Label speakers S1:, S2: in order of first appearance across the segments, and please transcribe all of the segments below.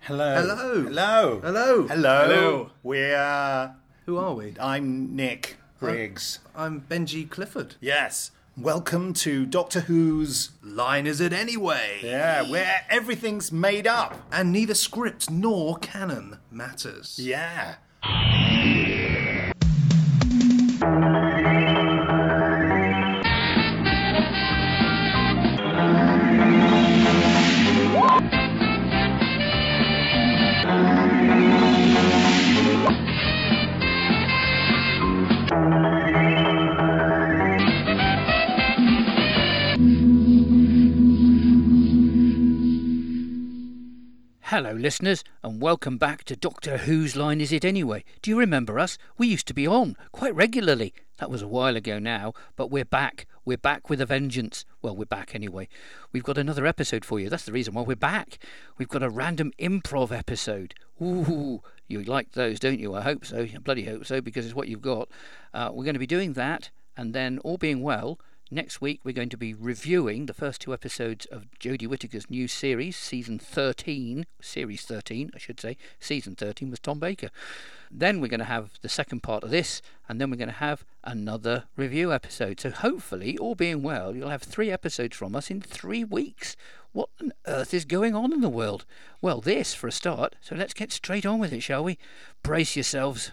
S1: Hello.
S2: Hello.
S1: Hello.
S2: Hello.
S1: Hello.
S3: Hello.
S1: We are.
S2: Who are we?
S1: I'm Nick Briggs.
S2: I'm Benji Clifford.
S1: Yes. Welcome to Doctor Who's.
S2: Line is it anyway?
S1: Yeah, where everything's made up.
S2: And neither script nor canon matters.
S1: Yeah.
S4: Hello, listeners, and welcome back to Doctor Who's Line Is It Anyway? Do you remember us? We used to be on quite regularly. That was a while ago now, but we're back. We're back with a vengeance. Well, we're back anyway. We've got another episode for you. That's the reason why we're back. We've got a random improv episode. Ooh, you like those, don't you? I hope so. I bloody hope so, because it's what you've got. Uh, we're going to be doing that, and then, all being well, Next week, we're going to be reviewing the first two episodes of Jodie Whittaker's new series, season 13, series 13, I should say. Season 13 was Tom Baker. Then we're going to have the second part of this, and then we're going to have another review episode. So, hopefully, all being well, you'll have three episodes from us in three weeks. What on earth is going on in the world? Well, this for a start, so let's get straight on with it, shall we? Brace yourselves.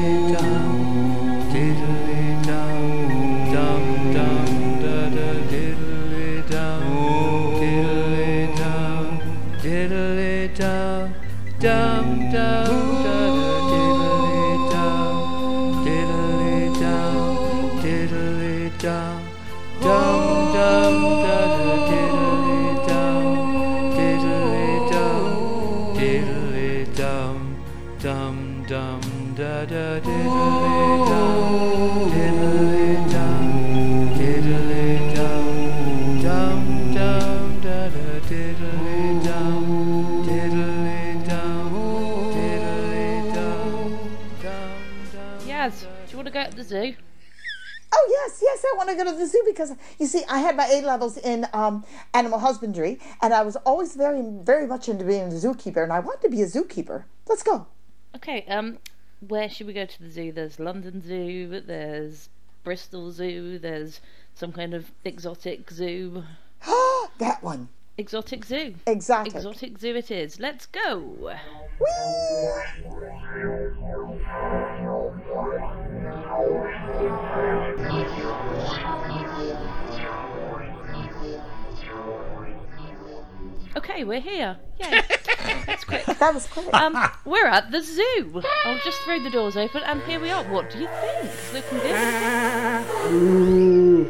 S5: Yaz, do you want to go to the zoo?
S6: Oh yes, yes, I want to go to the zoo because you see, I had my A levels in um, animal husbandry, and I was always very, very much into being a zookeeper, and I wanted to be a zookeeper. Let's go.
S5: Okay, um, where should we go to the zoo? There's London Zoo, there's Bristol Zoo, there's some kind of exotic zoo.
S6: that one,
S5: Exotic zoo.
S6: exactly.
S5: Exotic zoo it is. Let's go. Okay, we're here. Yay. That's quick.
S6: That was quick.
S5: Um, we're at the zoo. I'll just throw the doors open, and here we are. What do you think? It's Looking good.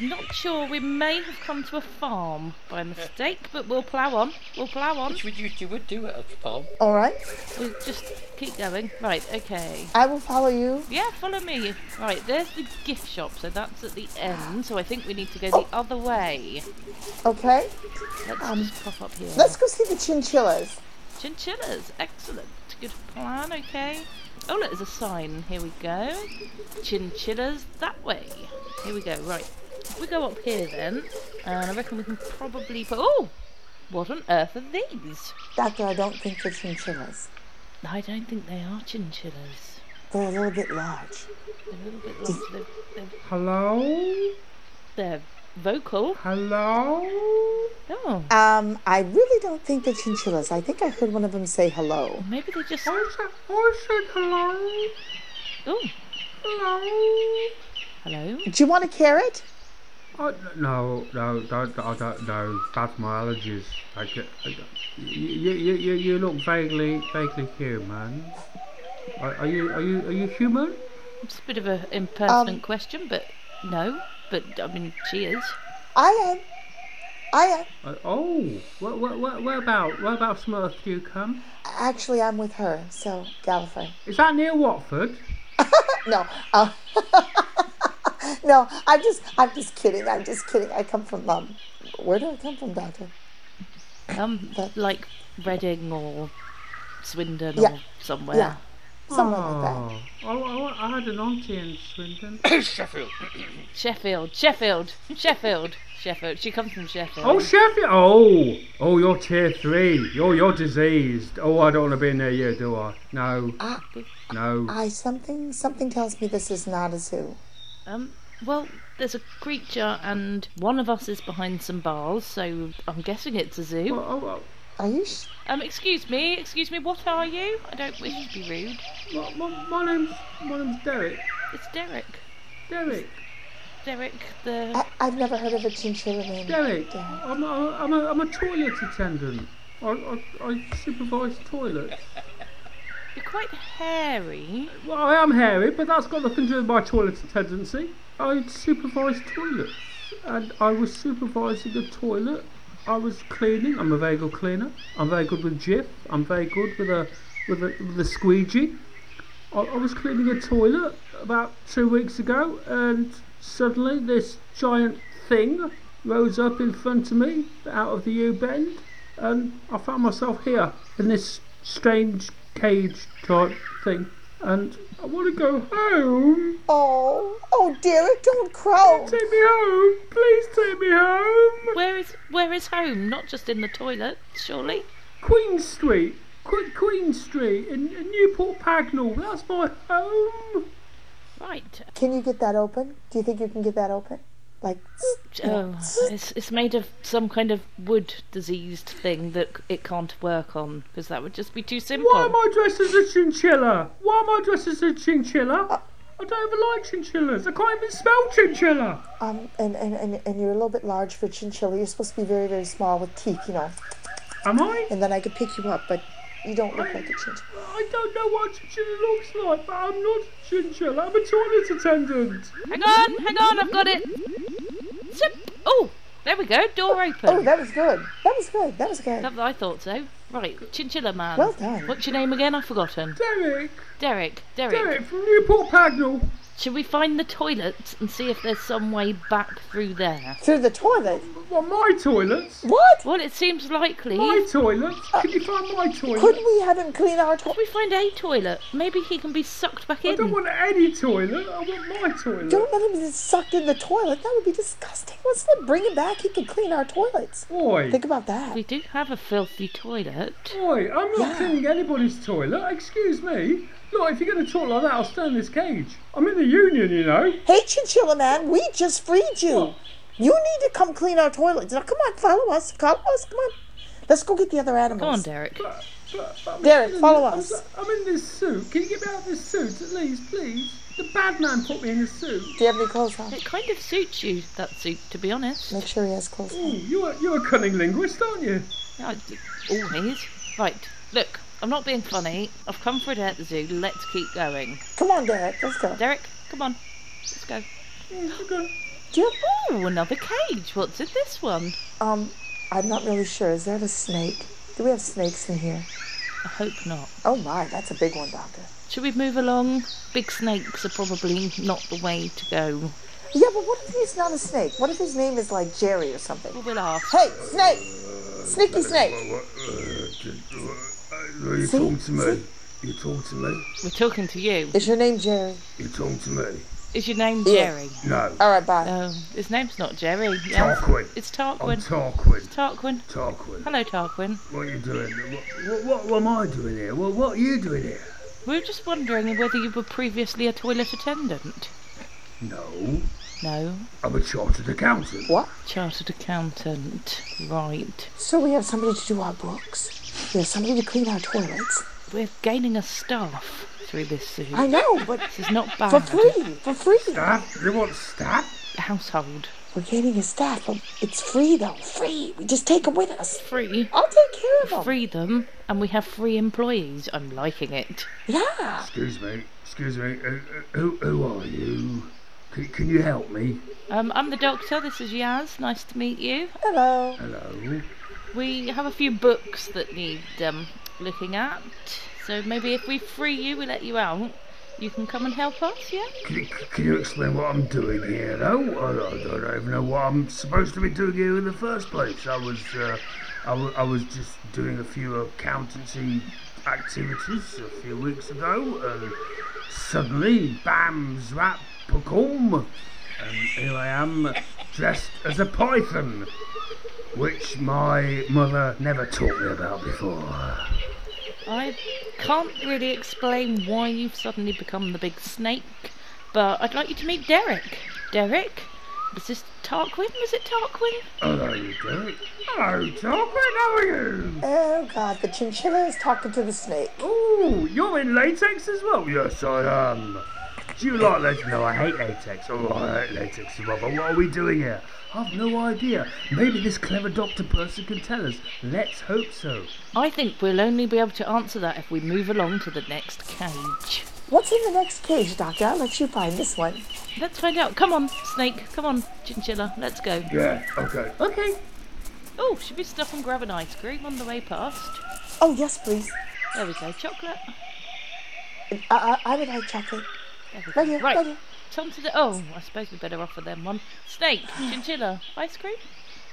S5: I'm not sure. We may have come to a farm by mistake, but we'll plough on. We'll plough on.
S4: Would you, you would do it, Paul?
S6: All right,
S5: We'll just keep going. Right. Okay.
S6: I will follow you.
S5: Yeah, follow me. Right, there's the gift shop, so that's at the end. So I think we need to go the other way.
S6: Okay,
S5: Let's just pop up here.
S6: let's go see the chinchillas.
S5: Chinchillas, excellent. Good plan, okay. Oh, look, there's a sign. Here we go. Chinchillas that way. Here we go, right. If we go up here then, and I reckon we can probably put. Oh! What on earth are these?
S6: Doctor, I don't think they're chinchillas.
S5: I don't think they are chinchillas.
S6: They're a little bit large.
S5: They're a little bit lost. They're, they're,
S2: Hello?
S5: they're vocal.
S2: Hello?
S5: Oh,
S6: Um, I really don't think they're chinchillas. I think I heard one of them say hello.
S5: maybe they just.
S2: I said, I said hello.
S5: Oh,
S2: Hello?
S5: hello.
S6: Do you want a carrot?
S2: I, Oh, no, no, don't, I don't know. That's my allergies. I get, I, get- you, you, you, you look vaguely, vaguely human. Are, are you are you are you human?
S5: It's a bit of an impertinent question, but no. But I mean, she is.
S6: I am. I am.
S2: Uh, oh, what what what where about where about from Earth do you come?
S6: Actually, I'm with her, so Gallifrey.
S2: Is that near Watford?
S6: No. Uh, no, I'm just, I'm just kidding. I'm just kidding. I come from, um, where do I come from, Doctor?
S5: Um, like Reading or Swindon
S6: Yeah.
S5: or somewhere.
S6: Yeah. Somewhere like
S2: Oh, oh, oh, I had an auntie in Swindon.
S4: Sheffield.
S5: Sheffield, Sheffield, Sheffield, Sheffield. She comes from Sheffield.
S2: Oh, Sheffield! Oh, oh, you're tier three. You're you're diseased. Oh, I don't want to be near you, do I? No,
S6: that.
S2: no.
S6: I, I, something, something tells me this is not a zoo.
S5: Um, well, there's a creature, and one of us is behind some bars, so I'm guessing it's a zoo.
S2: Oh, oh,
S6: Are you, sh-
S5: Um, excuse me, excuse me, what are you? I don't wish to be rude.
S2: oh, my, my, my name's my name's Derek.
S5: It's Derek.
S2: Derek.
S5: Derek, the.
S6: I, I've never heard of a chinchilla named
S2: Derek.
S6: Derek.
S2: I'm a, I'm a I'm a toilet attendant. I I, I supervise toilets.
S5: You're quite hairy.
S2: Well, I am hairy, but that's got nothing to do with my toilet tendency. I supervise toilets, and I was supervising a toilet. I was cleaning. I'm a very good cleaner. I'm very good with jiff. I'm very good with a with a, with a squeegee. I, I was cleaning a toilet about two weeks ago, and suddenly this giant thing rose up in front of me out of the U bend, and I found myself here in this strange cage type thing. And I want to go home.
S6: Oh, oh, Derek, don't crow.
S2: Take me home, please. Take me home.
S5: Where is where is home? Not just in the toilet, surely.
S2: Queen Street, Qu- Queen Street in, in Newport Pagnell. That's my home.
S5: Right.
S6: Can you get that open? Do you think you can get that open? Like,
S5: Oh, it's it's made of some kind of wood diseased thing that it can't work on because that would just be too simple.
S6: Oh.
S2: Why am I dressed as a chinchilla? Why am I dressed as a
S6: Uh.
S2: chinchilla? I don't even like chinchillas. I can't even smell chinchilla.
S6: um, and, and, and, and you're a little bit large for chinchilla. You're supposed to be very, very small with teeth, you know.
S2: Am I?
S6: And then I could pick you up, but you don't look like a chinchilla.
S2: I don't know what chinchilla looks like, but I'm not a chinchilla. I'm a toilet attendant.
S5: Hang on, hang on, I've got it. Zip. Oh, there we go. Door open.
S6: Oh, that was good. That was good. That was good.
S5: That- I thought so. Right, Chinchilla Man.
S6: Well done.
S5: What's your name again? I've forgotten.
S2: Derek,
S5: Derek, Derek.
S2: Derek from Newport Pagnell.
S5: Should we find the toilets and see if there's some way back through there?
S6: Through the toilet.
S2: Well, my toilets.
S6: What?
S5: Well, it seems likely.
S2: My toilets. Can you find my toilet?
S6: Couldn't we have him clean our toilet?
S5: We find a toilet. Maybe he can be sucked back
S2: I
S5: in.
S2: don't want any toilet. I want my toilet.
S6: Don't let him get sucked in the toilet. That would be disgusting. Let's let bring him back. He could clean our toilets.
S2: Oi,
S6: Think about that.
S5: We do have a filthy toilet.
S2: oi! I'm not
S6: Yeah.
S2: cleaning anybody's toilet. Excuse me. Look, if you're going to talk like that, I'll stay in this cage. I'm in the union, you know.
S6: Hey, Chinchilla Man, we just freed you. You need to come clean our toilets. Now, come on, follow us. Follow us. Come on. Let's go get the other animals.
S5: Come on, Derek.
S2: But, but, but I'm
S6: Derek,
S2: in-
S6: follow
S2: I'm-
S6: us.
S2: I'm in this suit. Can you get me out of this suit, at least, please? The bad man put me in a suit.
S6: Do you have any clothes on?
S5: It kind of suits you, that suit, to be honest.
S6: Make sure he has clothes on.
S2: Ooh, you're you're a cunning linguist, aren't you?
S5: Yeah, I- Always. Right, look, I'm not being funny. I've come for a day at the zoo. Let's keep going.
S6: Come on, Derek. Let's go.
S5: Derek, come on. Let's go.
S2: Mm, okay.
S6: Do you have,
S5: Oh, another cage. What's in this one?
S6: um, I'm not really sure. Is that a snake? Do we have snakes in here?
S5: I hope not.
S6: Oh, my. That's a big one, Doctor.
S5: Should we move along? Big snakes are probably not the way to go.
S6: Yeah, but what if he's not a snake? What if his name is like Jerry or something?
S5: Well, we'll ask.
S6: Hey, snake! Sneaky snake!
S3: uh, You
S6: See?
S3: talk to me.
S6: See?
S3: You talk to me.
S5: We're talking to you.
S6: Is your name Jerry?
S3: You talk to me.
S5: Is your name
S6: Yeah.
S5: Jerry?
S3: No.
S6: All right, bye.
S5: No, his name's not Jerry. Yeah.
S3: Tarquin.
S5: It's
S3: I'm
S5: Tarquin.
S3: Tarquin.
S5: Tarquin.
S3: Tarquin.
S5: Hello, Tarquin.
S3: What are you doing? What, what, what am I doing here? What, what are you doing here?
S5: We were just wondering whether you were previously a toilet attendant.
S3: No.
S5: No,
S3: I'm a chartered accountant.
S6: What?
S5: chartered accountant. Right.
S6: So we have somebody to do our books. We have somebody to clean our toilets.
S5: We're gaining a staff through this zoo.
S6: I know, but
S5: This is not
S6: for
S5: bad.
S6: free! For free!
S3: Staff? You want staff?
S5: Household.
S6: We're gaining his staff. Um, It's free though. Free. We just take him with us.
S5: Free.
S6: I'll take care of him.
S5: Free them, and we have free employees. I'm liking it.
S6: Yeah.
S2: Excuse me, excuse me. Uh, uh, who, who are you? Can, can you help me?
S5: Um, I'm the doctor. This is Yaz. Nice to meet you.
S6: Hello.
S2: Hello.
S5: We have a few books that need um, looking at. So maybe if we free you, we let you out. You can come and help us, yeah?
S2: Can, you- can you explain what I'm doing here, though? I, I don't even know what I'm supposed to be doing here in the first place. I was, uh, I, w- I was just doing a few accountancy activities a few weeks ago, and suddenly, bam, zap, pacom, and here I am, dressed as a python, which my mother never taught me about before.
S5: I can't really explain why you've suddenly become the big snake, but I'd like you to meet Derek. Derek? This is Tarquin? Was it Tarquin?
S2: Hello, Derek. Hello, Tom. How are you?
S6: Oh God, the chinchilla is talking to the snake.
S2: Oh, you're in latex as well? Yes, I am. Do you like latex? No, I hate latex. Oh, I hate latex as well. But what are we doing here? I've no idea. Maybe this clever doctor person can tell us. Let's hope so.
S5: I think we'll only be able to answer that if we move along to the next cage.
S6: What's in the next cage, Doctor? I'll let you find this one.
S5: Let's find out. Come on, snake. Come on, chinchilla. Let's go.
S2: Yeah, okay.
S5: Okay. Oh, should we stop and grab an ice cream on the way past?
S6: Oh yes, please.
S5: There we go. Chocolate.
S6: I, uh, I, I would like chocolate.
S5: There we go.
S6: Right here. Right.
S5: Right.
S6: here.
S5: Tom to the. Oh, I suppose we better offer them one. Snake, chinchilla, ice cream.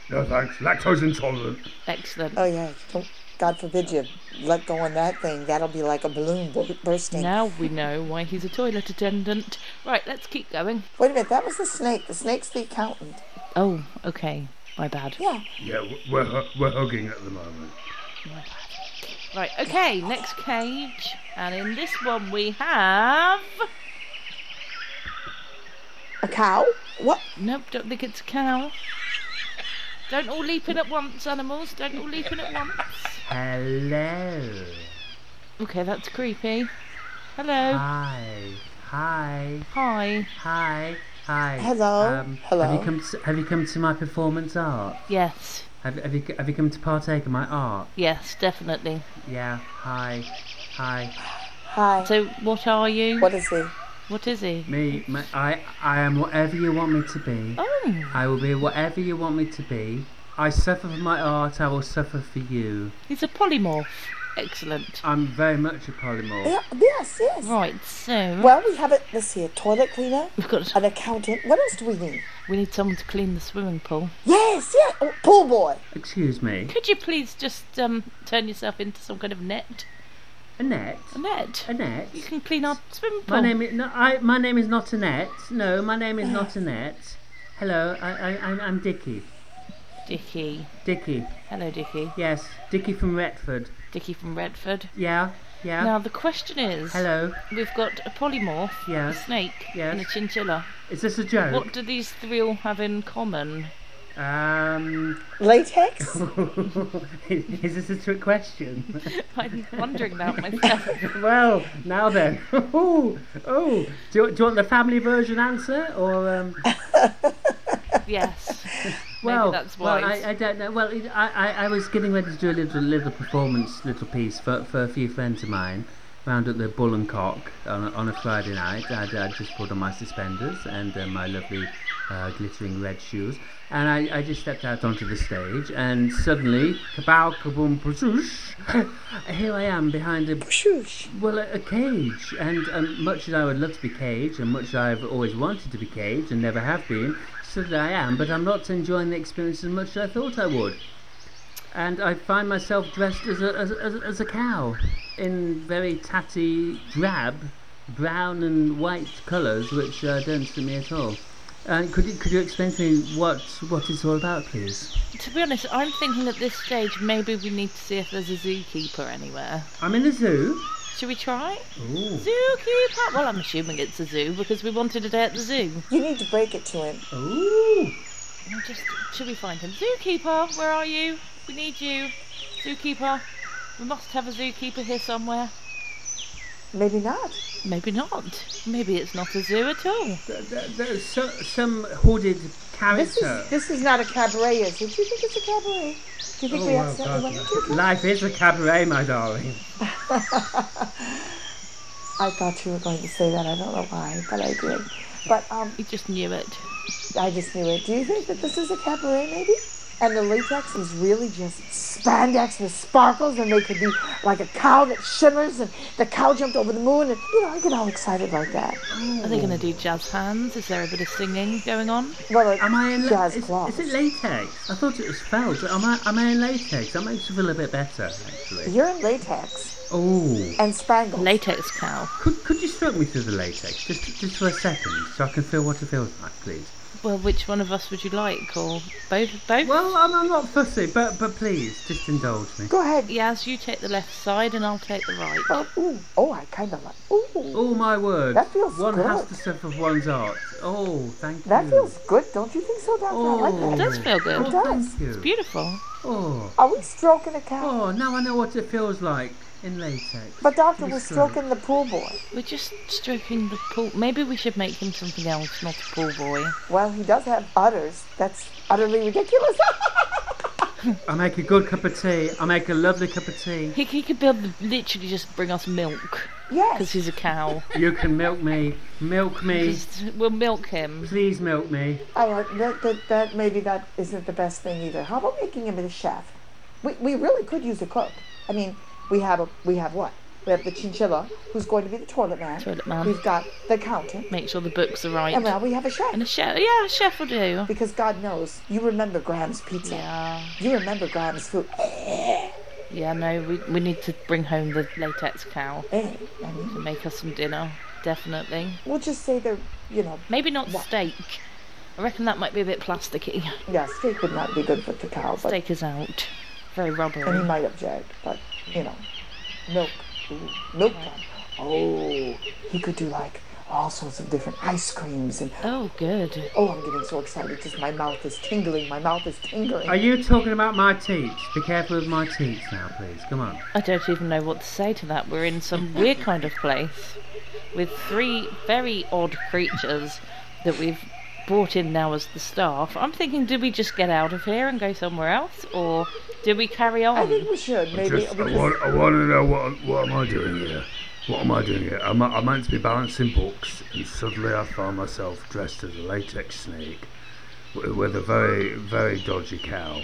S2: No thanks. Lactose intolerant.
S5: Excellent.
S6: Oh yeah. Don't, God forbid you let go on that thing. That'll be like a balloon bu- bursting.
S5: Now we know why he's a toilet attendant. Right, let's keep going.
S6: Wait a minute. That was the snake. The snake's the accountant.
S5: Oh, okay. My bad.
S6: Yeah.
S2: Yeah, w- we're, hu- we're hugging at the moment.
S5: Right, okay, next cage. And in this one we have.
S6: A cow? What?
S5: Nope, don't think it's a cow. Don't all leap in at once, animals. Don't all leap in at once.
S2: Hello.
S5: Okay, that's creepy. Hello.
S2: Hi. Hi.
S5: Hi.
S2: Hi. Hi.
S6: Hello. Hello.
S2: To, have you um, come to my performance art?
S5: Yes.
S2: Have, have you have you come to partake in my art?
S5: Yes, definitely.
S2: Yeah. Hi. Hi.
S6: Hi.
S5: So, what are you?
S6: What is
S2: Oh.
S6: he?
S5: What is he?
S2: Me, my, I, I am whatever you want me to be.
S5: Oh,
S2: I will be whatever you want me to be. I suffer for my art. I will suffer for you.
S5: he's a polymorph. Excellent.
S2: I'm very much a polymorph.
S6: Yeah, yes, yes.
S5: Right, so
S6: Well, we have it. Let's see. A toilet cleaner,
S5: we've got.
S6: an accountant. What else do we need?
S5: We need someone to clean the swimming pool.
S6: Yes, yeah. Oh, pool boy.
S2: Excuse me.
S5: Could you please just um, turn yourself into some kind of net?
S2: Annette.
S5: A net.
S2: Annette.
S5: You can clean our swimming
S6: Oh.
S5: pool.
S2: My name is no. I. My name is not Annette. No, my name is not Annette. Hello. I. I I'm, I'm Dicky.
S5: Dickie.
S2: Dicky.
S5: Hello, Dickie.
S2: Yes. Dicky from Retford.
S5: Dickie from Redford.
S2: Yeah. Yeah.
S5: Now the question is,
S2: Hello.
S5: we've got a polymorph, a
S2: Yes.
S5: snake,
S2: Yes.
S5: and a chinchilla.
S2: Is this a joke?
S5: What do these three all have in common?
S2: Um.
S6: Latex.
S2: is this a trick question?
S5: I'm wondering that myself.
S2: well, now then. oh, oh. Do you, do you want the family version answer or? Um,
S5: yes.
S2: well,
S5: Maybe that's
S2: well,
S5: wise.
S2: I, I don't know. Well, it- I, I, I was getting ready to do a little little performance, little piece for, for a few friends of mine. Round at the Bull and Cock on a, on a Friday night, I'd, I'd just put on my suspenders and uh, my lovely uh, glittering red shoes, and I, I just stepped out onto the stage, and suddenly, kabow, kaboom, prasoosh, here I am behind a
S6: Shoosh.
S2: well, a, a cage, and um, much as I would love to be caged, and much as I've always wanted to be caged and never have been, so that I am, but I'm not enjoying the experience as much as I thought I would. And I find myself dressed as a, as, a- as, a- as a cow, in very tatty, drab, brown and white colours, which uh, don't suit me at all. And could you, could you explain to me what, what it's all about, please?
S5: To be honest, I'm thinking at this stage maybe we need to see if there's a zookeeper anywhere.
S2: I'm in a zoo.
S5: Should we try? Zookeeper. Well, I'm assuming it's a zoo because we wanted a day at the zoo.
S6: You need to break it to him.
S2: Ooh.
S5: I'm Just should we find him? Zookeeper, where are you? We need you. Zookeeper. We must have a zookeeper here somewhere.
S6: Maybe not.
S5: Maybe not. Maybe it's not a zoo at all.
S2: Th- th- There's so, some hooded
S6: This
S2: character.
S6: is this is not a cabaret, is it? Do you think it's a cabaret? Do you think we
S2: Oh,
S6: accidentally
S2: well,
S6: went
S2: God,
S6: into a cabaret?
S2: Life is a cabaret, my darling.
S6: I thought you were going to say that. I don't know why, but I did. But um,
S5: He just knew it.
S6: I just knew it. Do you think that this is a cabaret, maybe? And the latex is really just spandex with sparkles, and they could be like a cow that shimmers, and the cow jumped over the moon, and you know, I get all excited like that.
S5: Are they going to do jazz hands? Is there a bit of singing going on?
S6: Well, like
S2: Am I in la-
S6: jazz
S2: is,
S6: claws.
S2: is it latex? I thought it was felt. Am I, am I in latex? That makes me feel a bit better, actually.
S6: You're in latex
S2: Oh.
S6: and spangles.
S5: Latex cow.
S2: Could, could you stroke me through the latex, just just for a second, so I can feel what it feels like, please?
S5: Well, which one of us would you like, or both? Both?
S2: Well, I'm, I'm not fussy, but but please, just indulge me.
S6: Go ahead.
S5: Yaz, you take the left side, and I'll take the right.
S6: Oh, ooh, oh, I kind of like. Ooh,
S2: Oh my word!
S6: That feels
S2: One has
S6: good.
S2: to suffer for one's art. Oh, thank
S6: that
S2: you.
S6: feels good, don't you think so, Doctor? I like
S2: Oh.
S6: that.
S5: It does feel good.
S2: Oh,
S6: It does.
S2: Thank you.
S5: It's beautiful.
S2: Oh,
S6: Are we stroking a cow?
S2: oh, now I know what it feels like in latex.
S6: But Doctor
S2: Please
S6: was
S2: stroke.
S6: stroking the pool boy.
S5: We're just stroking the pool. Maybe we should make him something else, not a pool boy.
S6: Well, he does have udders. That's utterly ridiculous.
S2: I make a good cup of tea. I make a lovely cup of tea.
S5: He, he could be able to literally just bring us milk because
S6: yes.
S5: he's a cow.
S2: You can milk me, milk me.
S5: Just- we'll milk him.
S2: Please milk me.
S6: All right. That, that, that maybe that isn't the best thing either. How about making him a chef? We, we really could use a cook. I mean, we have a we have what? We have the chinchilla, who's going to be the toilet man.
S5: Toilet man.
S6: We've got the accountant,
S5: Make sure the books are
S6: and
S5: right.
S6: now we have a chef.
S5: And a chef. Yeah, a chef will do.
S6: Because God knows, you remember Graham's pizza.
S5: Yeah.
S6: You remember Graham's food. Eh,
S5: Yeah, no, we, we need to bring home the latex cow
S6: Eh, I mean,
S5: to make us some dinner. Definitely.
S6: we'll just say they're, you know,
S5: Maybe not
S6: What?
S5: steak. I reckon that might be a bit plasticky.
S6: yeah, steak would not be good for the cow, but
S5: Steak is out. Very
S6: and he
S5: rubbery.
S6: might object, but you know, milk, ooh, milk time. Oh, he could do like all sorts of different ice creams and
S5: Oh, good.
S6: oh, I'm getting so excited because my mouth is tingling. My mouth is tingling.
S2: Are you talking about my teats? Be careful with my teats now, please. Come on.
S5: I don't even know what to say to that. We're in some weird kind of place with three very odd creatures that we've brought in now as the staff. I'm thinking, do we just get out of here and go somewhere else, or do we carry
S6: I
S5: on?
S6: think we should maybe.
S3: Just, I
S6: because-
S3: want, I want to know what, what am I doing here? What am I doing here? I'm, I'm meant to be balancing books, and suddenly I find myself dressed as a latex snake wi- with a very, very dodgy cow,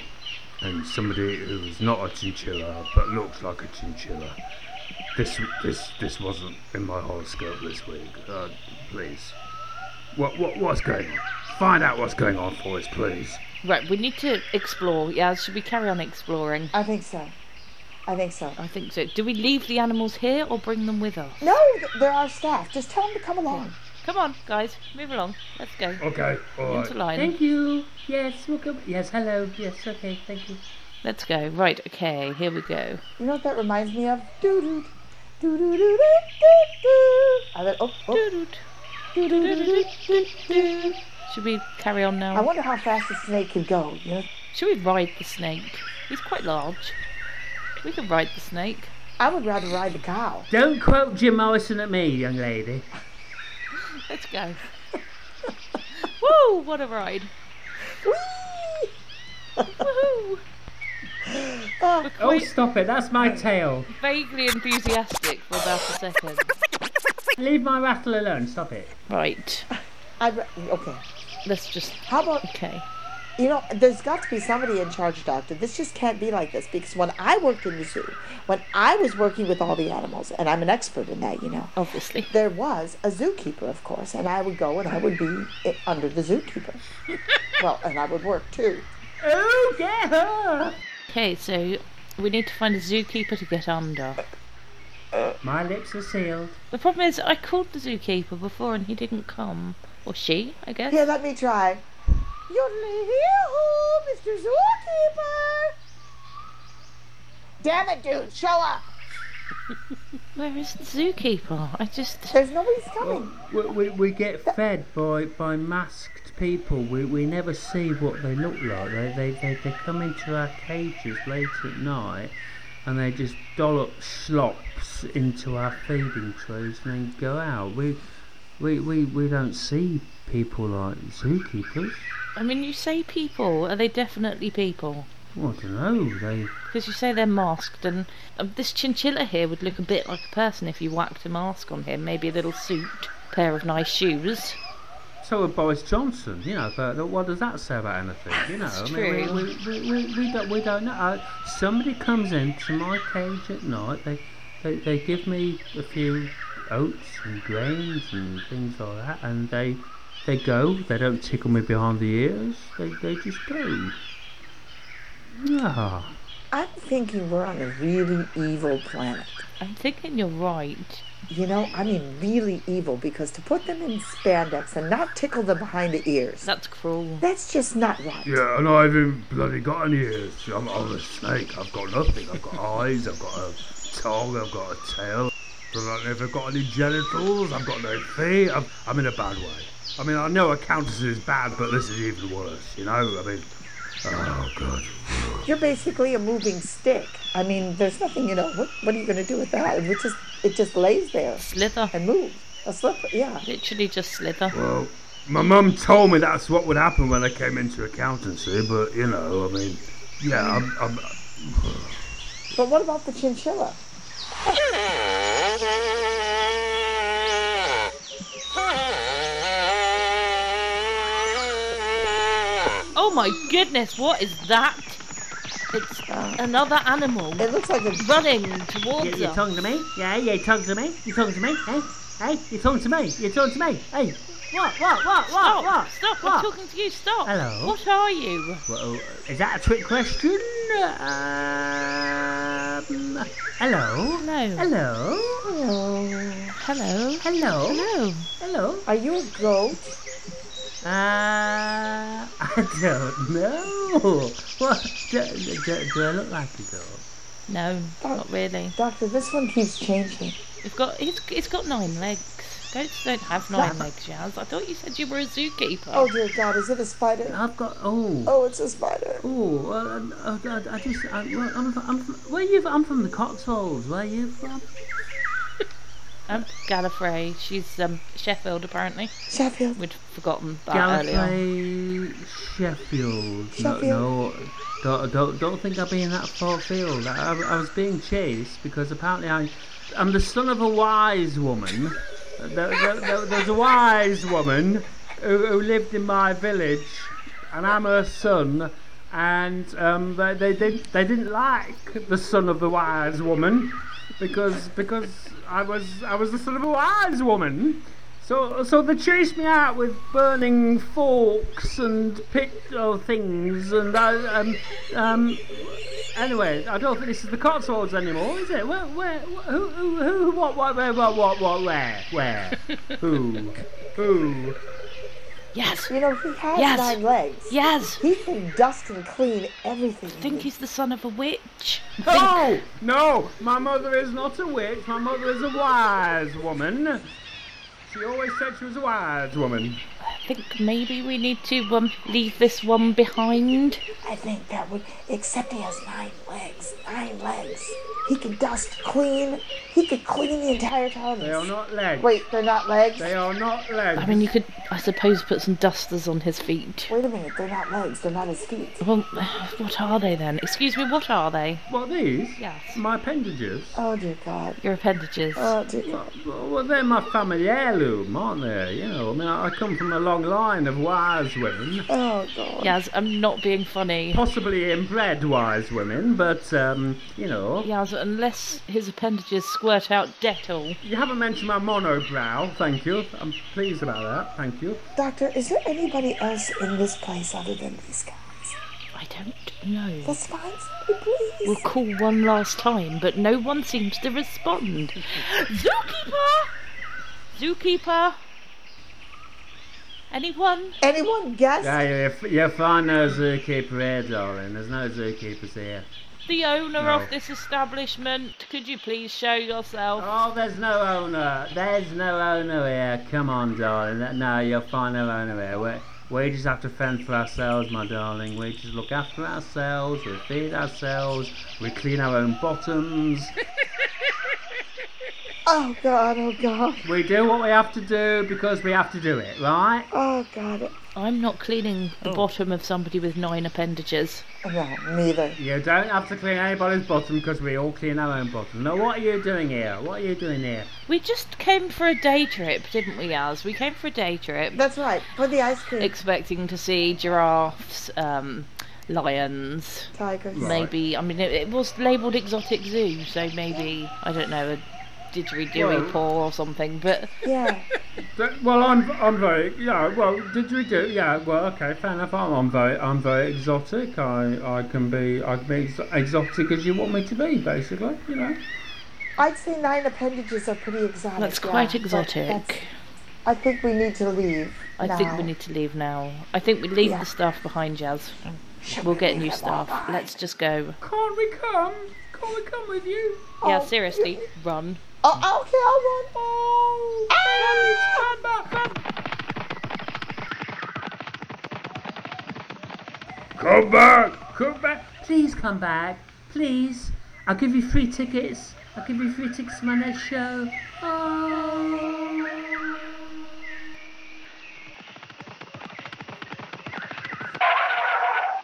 S3: and somebody who's not a chinchilla but looks like a chinchilla. This, this, this wasn't in my horoscope this week. Uh, please, what, what, what's going on? Find out what's going on for us, please.
S5: Right, we need to explore. Yeah, should we carry on exploring?
S6: I think so. I think so.
S5: I think so. Do we leave the animals here or bring them with us?
S6: No, th- they're our staff. Just tell them to come along.
S5: Come on, guys, move along. Let's go.
S3: Okay, all right.
S5: Into line.
S2: Thank you. Yes, welcome. Yes, hello. Yes, okay. Thank you.
S5: Let's go. Right, okay, here we go.
S6: You know what that reminds me of? Doo doo. Doo doo doo doo doo doo. I bet. Oh, oh.
S5: Doot.
S6: Doo doo doo doo doo doo.
S5: Should we carry on
S6: I
S5: now?
S6: wonder how fast the snake could go. You know,
S5: Should we ride the snake? He's quite large. We could ride the snake.
S6: I would rather ride the cow.
S2: Don't quote Jim Morrison at me, young lady.
S5: Let's go. Woo! What a ride.
S6: Whee!
S5: Woohoo!
S6: Oh,
S2: Oh, stop it. That's my tail.
S5: Vaguely enthusiastic for about a second.
S2: Leave my rattle alone. Stop it.
S5: Right.
S6: I'd ra- okay.
S5: Let's just.
S6: How about
S5: Okay.
S6: you know? There's got to be somebody in charge, doctor. This just can't be like this because when I worked in the zoo, when I was working with all the animals, and I'm an expert in that, you know,
S5: Obviously.
S6: there was a zookeeper, of course, and I would go and I would be i- under the zookeeper. well, and I would work too.
S2: Oh, get her.
S5: Okay, so we need to find a zookeeper to get under.
S2: My lips are sealed.
S5: The problem is, I called the zookeeper before and he didn't come. Or she, I guess.
S6: Here, let me try. Yodeling hee-hoo, Mr. Zookeeper. Damn it, dude! Show up.
S5: Where is the zookeeper? I just.
S6: There's nobody's coming.
S2: We, we, we get fed by, by masked people. We, we never see what they look like. They, they, they, they come into our cages late at night and they just dollop slops into our feeding trays and then go out. We, We, we, we don't see people like zookeepers.
S5: I mean, you say people. Are they definitely people?
S2: Well, I don't know. They
S5: Because you say they're masked, and um, this chinchilla here would look a bit like a person if you whacked a mask on him. Maybe a little suit, pair of nice shoes.
S2: So would Boris Johnson, you know, but what does that say about anything? You know, I mean,
S5: true.
S2: we, we, we, we, we, don't, we don't know. Uh, somebody comes into my cage at night, they, they, they give me a few oats and grains and things like that, and they they go, they don't tickle me behind the ears, they, they just go. Yeah.
S6: I'm thinking we're on a really evil planet.
S5: I'm thinking you're right.
S6: You know, I mean, really evil because to put them in spandex and not tickle them behind the ears,
S5: That's cruel.
S6: that's just not right.
S3: Yeah, and I haven't bloody got any ears. I'm, I'm a snake. I've got nothing. I've got eyes. I've got a tongue. I've got a tail. But I've never got any genitals. I've got no feet. I'm, I'm in a bad way. I mean, I know accountancy is bad, but this is even worse. You know, I mean, oh god.
S6: You're basically a moving stick. I mean, there's nothing, you know, what, what are you going to do with that? It just, it just lays there
S5: Slither.
S6: and moves. A slip, yeah.
S5: Literally just slither.
S3: Well, my mum told me that's what would happen when I came into accountancy, but you know, I mean, yeah, I'm, I'm,
S6: But what about the chinchilla?
S5: Oh my goodness, what is that? It's another animal
S6: It looks like a.
S5: running towards us.
S2: talking to me? Yeah, yeah, you talking to me? You talking to me? Hey, hey, you talking to me? You talking to me? Hey, what, what, what, what,
S5: Stop!
S2: what?
S5: Stop!
S2: what?
S5: I'm talking to you. Stop!
S2: Hello.
S5: What are you?
S2: Well, oh, is that a trick question? Um,
S5: Hello.
S2: hello? Hello?
S6: Oh.
S5: Hello.
S2: Hello?
S5: Hello.
S2: Hello?
S6: Are you a goat?
S2: Uh, I don't know. What? Do, do, do I look like a girl?
S5: No, not really.
S6: Doctor, this one keeps changing.
S5: We've got. It's, it's got nine legs. Goats don't have nine legs, Jazz. I thought you said you were a zookeeper.
S6: Oh dear God, is it a spider?
S2: I've got, oh.
S6: Oh, it's a spider.
S2: Oh, well, I, I, I just, I, well, I'm, from, I'm from, where you, I'm from the Cotswolds, where you from?
S5: I'm Gallifrey. She's um Sheffield apparently.
S6: Sheffield.
S5: We'd forgotten that earlier.
S2: Gallifrey, Sheffield.
S6: Sheffield.
S2: No, no, don't, don't, don't think I've been that far afield. I, I, I was being chased because apparently I, I'm the son of a wise woman. there, there, there, there's a wise woman who, who lived in my village, and I'm her son. And um, they, they, didn't, they didn't like the son of the wise woman because because I was I was the son of a wise woman. So, so they chased me out with burning forks and pit oh, things, and I, um, um, anyway, I don't think this is the Cotswolds anymore, is it? Where, where, wh- who, who, who, what, what, where, what, what, what, where, where, who, who?
S5: Yes.
S6: You know, he has
S5: Yes.
S6: nine legs.
S5: Yes.
S6: He can dust and clean everything.
S5: I think he's the son of a witch.
S2: No, no, my mother is not a witch. My mother is a wise woman. She always said she was a wise woman.
S5: I think maybe we need to um leave this one behind.
S6: I think that would. Except he has nine legs. Nine legs. He can dust, clean. He could clean the entire town.
S2: They are not legs.
S6: Wait, they're not legs.
S2: They are not legs.
S5: I mean, you could, I suppose, put some dusters on his feet.
S6: Wait a minute, they're not legs. They're not his feet.
S5: Well, what are they then? Excuse me, what are they?
S2: What these?
S5: Yes.
S2: My appendages.
S6: Oh dear God.
S5: Your appendages.
S6: Oh dear God.
S2: Well, well, they're my family heirloom, aren't they? You know, I mean, I I come from a long line of wise women,
S6: Oh God.
S5: Yaz, I'm not being funny.
S2: possibly inbred wise women, but um, you know,
S5: Yaz, unless his appendages squirt out Dettol.
S2: you haven't mentioned my monobrow. Thank you. I'm pleased about that. Thank you.
S6: Doctor, is there anybody else in this place other than these guys?
S5: I don't know.
S6: Let's find somebody, please.
S5: We'll call one last time, but no one seems to respond. Zookeeper! Zookeeper! Anyone?
S6: Anyone guess?
S2: Yeah, yeah, if- you find no zookeeper here, darling. There's no zookeepers here.
S5: The owner
S2: No.
S5: of this establishment, could you please show yourself?
S2: Oh, there's no owner. There's no owner here. Come on, darling. No, you'll find no owner here. We, we just have to fend for ourselves, my darling. We just look after ourselves. We feed ourselves. We clean our own bottoms.
S6: Oh God! Oh God!
S2: We do what we have to do because we have to do it, right?
S6: Oh God!
S5: I'm not cleaning the bottom of somebody with nine appendages.
S6: No, neither.
S2: You don't have to clean anybody's bottom because we all clean our own bottom. Now, what are you doing here? What are you doing here?
S5: We just came for a day trip, didn't we, Az? We came for a day trip,
S6: That's right. For the ice cream,
S5: expecting to see giraffes, um, lions,
S6: tigers.
S5: maybe. I mean, it, it was labelled exotic zoo, so maybe I don't know a didgeridoo
S2: Well-
S5: paw or something. But
S6: Yeah.
S2: Th- Well, I'm, I'm very, yeah. Well, did we do? Yeah. Well, okay, fair enough. I'm, I'm very, I'm very exotic. I, I can be, I can be ex- exotic as you want me to be, basically. You know.
S6: I'd say nine appendages are pretty exotic.
S5: that's
S6: yeah.
S5: quite
S6: That-
S5: exotic.
S6: that's- I think we need to leave.
S5: I
S6: now.
S5: think we need to leave now. I think we leave
S6: Yeah.
S5: the stuff behind, Jazz.
S6: Should
S5: We'll
S6: we
S5: get
S6: leave
S5: new
S6: them
S5: stuff.
S6: all
S5: Let's just go.
S2: Can't we come? Can't we come with you?
S5: Yeah,
S6: Oh,
S5: seriously, run.
S6: Oh, oh, okay, I'll run. Ah!
S2: Oh, come, come, come.
S3: Come back!
S2: Come back. Please come back. Please. I'll give you free tickets. I'll give you free tickets to my next show. Oh.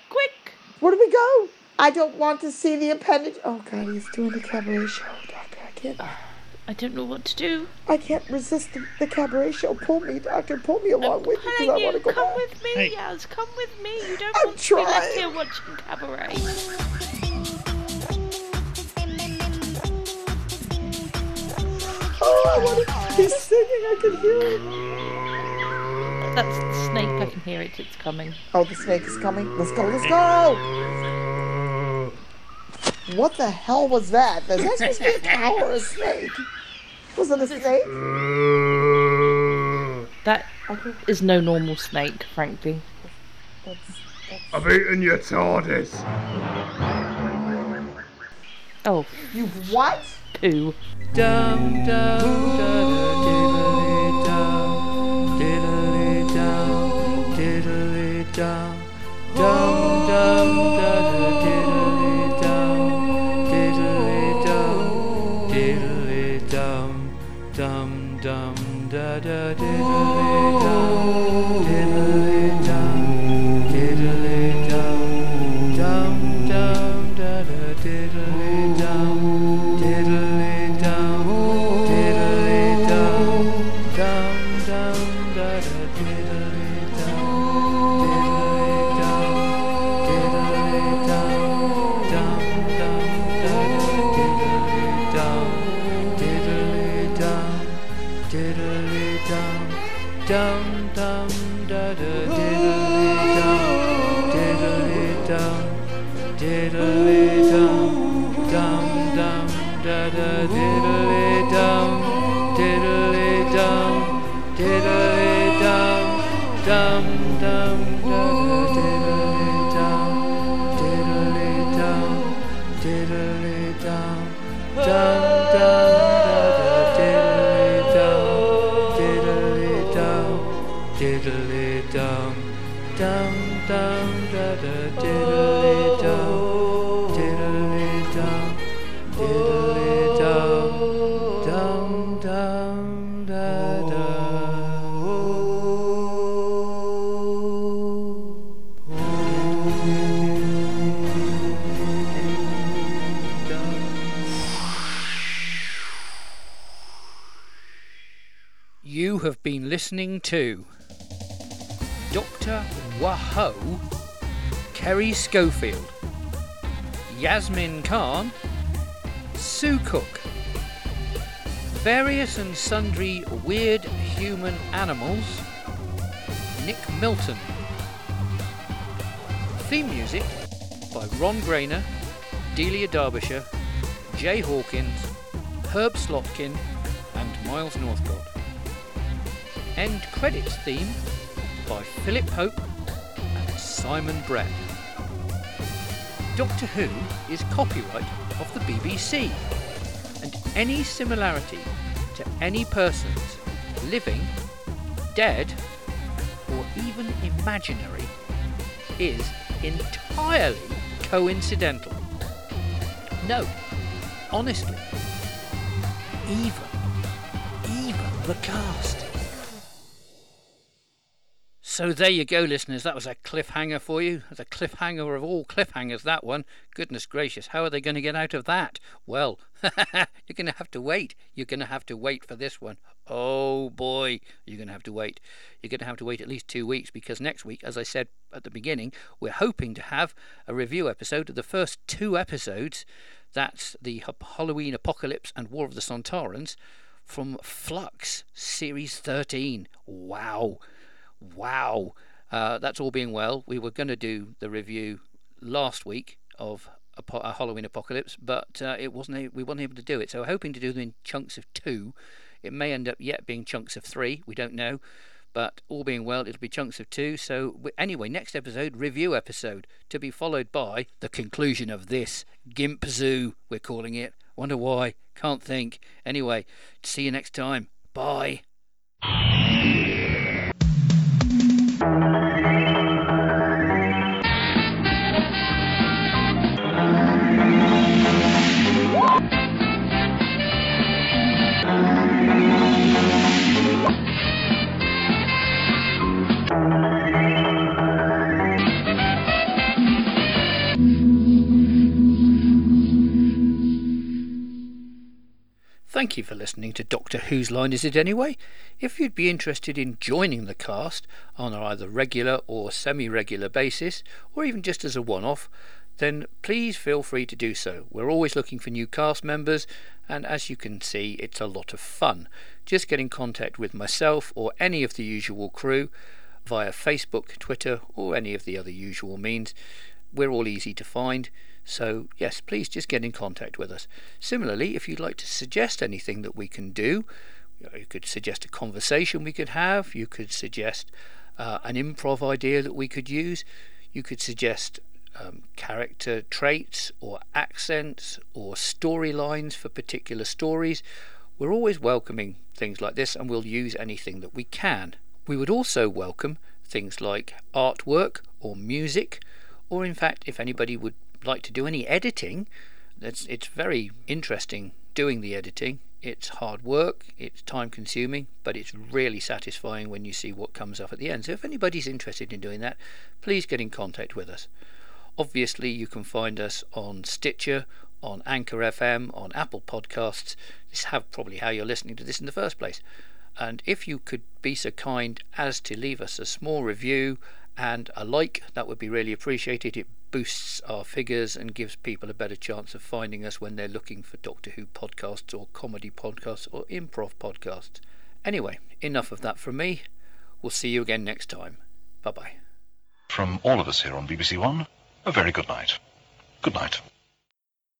S5: Quick!
S6: Where do we go? I don't want to see the appendage. Oh God, he's doing the cabaret show, Doctor. I can't.
S5: Ah. I don't know what to do.
S6: I can't resist the, the cabaret show. Pull me, Doctor. Pull me along with you because I
S5: Hello,
S6: want to
S5: you.
S6: go
S5: Come
S6: back.
S5: with me, Yaz. Come with me. You don't
S6: I'm
S5: want to be left here watching cabaret.
S6: Oh, I want to. He's singing. I can hear him.
S5: That's the snake. I can hear it. It's coming.
S6: Oh, the snake is coming. Let's go. Let's go. What the hell was that? Is that supposed to be a cow or a snake? Was it a snake?
S5: That
S6: Okay.
S5: is no normal snake, frankly.
S6: That's, that's...
S3: I've eaten your TARDIS.
S5: Oh,
S6: You what?
S5: poo.
S4: Dum, dum, da-da, diddly-dum, diddly-dum, diddly-dum. Dum, dum, da-da, diddly-dum, diddly-dum, diddly-dum. Dum, dum, da-da, diddly-dum, diddly-dum, diddly-dum. Dum, dum, da-da, diddly-dum. Diddly dum, diddly dum, dum dum da da diddly dum, diddly dum, diddly dum, dum dum da da diddly dum, diddly dum, dum dum da da diddly dum, diddly dum. Diddly dum, dum dum da da diddly dum, diddly dum, diddly dum, dum dum da da diddly dum, diddly dum, diddly dum, dum dum da da diddly dum, diddly dum, diddly dum. Dum dum da da diddly dum diddly dum diddly dum dum dum da da. You have been listening to Dr. Waho, Kerry Schofield, Yasmin Khan, Sue Cook, various and sundry weird human animals, Nick Milton. Theme music by Ron Grainer, Delia Derbyshire, Jay Hawkins, Herb Slotkin, and Miles Northcott. End credits theme by Philip Hope and Simon Brett. Doctor Who is copyright of the BBC, and any similarity to any persons living, dead, or even imaginary is entirely coincidental. No, honestly, even the cast. So there you go, listeners. That was a cliffhanger for you. That's a cliffhanger of all cliffhangers, that one. Goodness gracious, how are they going to get out of that? Well, you're going to have to wait. You're going to have to wait for this one. Oh boy, you're going to have to wait. You're going to have to wait at least two weeks because next week, as I said at the beginning, we're hoping to have a review episode of the first two episodes. That's the H- Halloween Apocalypse and War of the Santarans from Flux, Series 13. Wow wow uh, that's all being well we were going to do the review last week of Apo- uh, halloween apocalypse but uh, it wasn't a- we weren't able to do it so we're hoping to do them in chunks of two it may end up yet being chunks of three we don't know but all being well it'll be chunks of two so w- anyway next episode review episode to be followed by the conclusion of this gimp zoo we're calling it wonder why can't think anyway see you next time bye Thank you for listening to Doctor Whose Line Is It Anyway? If you'd be interested in joining the cast on either regular or semi regular basis, or even just as a one off, then please feel free to do so. We're always looking for new cast members, and as you can see, it's a lot of fun. Just get in contact with myself or any of the usual crew via Facebook, Twitter, or any of the other usual means. We're all easy to find, so yes, please just get in contact with us. Similarly, if you'd like to suggest anything that we can do, you know, you could suggest a conversation we could have, you could suggest uh, an improv idea that we could use, you could suggest um, character traits or accents or storylines for particular stories. We're always welcoming things like this and we'll use anything that we can. We would also welcome things like artwork or music, or in fact, if anybody would like to do any editing, that's it's very interesting doing the editing. It's hard work, it's time consuming, but it's really satisfying when you see what comes up at the end. So if anybody's interested in doing that, please get in contact with us. Obviously, you can find us on Stitcher, on Anchor FM, on Apple Podcasts. This is how, probably how you're listening to this in the first place. And if you could be so kind as to leave us a small review and a like, that would be really appreciated. It boosts our figures and gives people a better chance of finding us when they're looking for Doctor Who podcasts or comedy podcasts or improv podcasts. Anyway, enough of that from me. We'll see you again next time. Bye bye.
S7: From all of us here on BBC One, a very good night. Good night.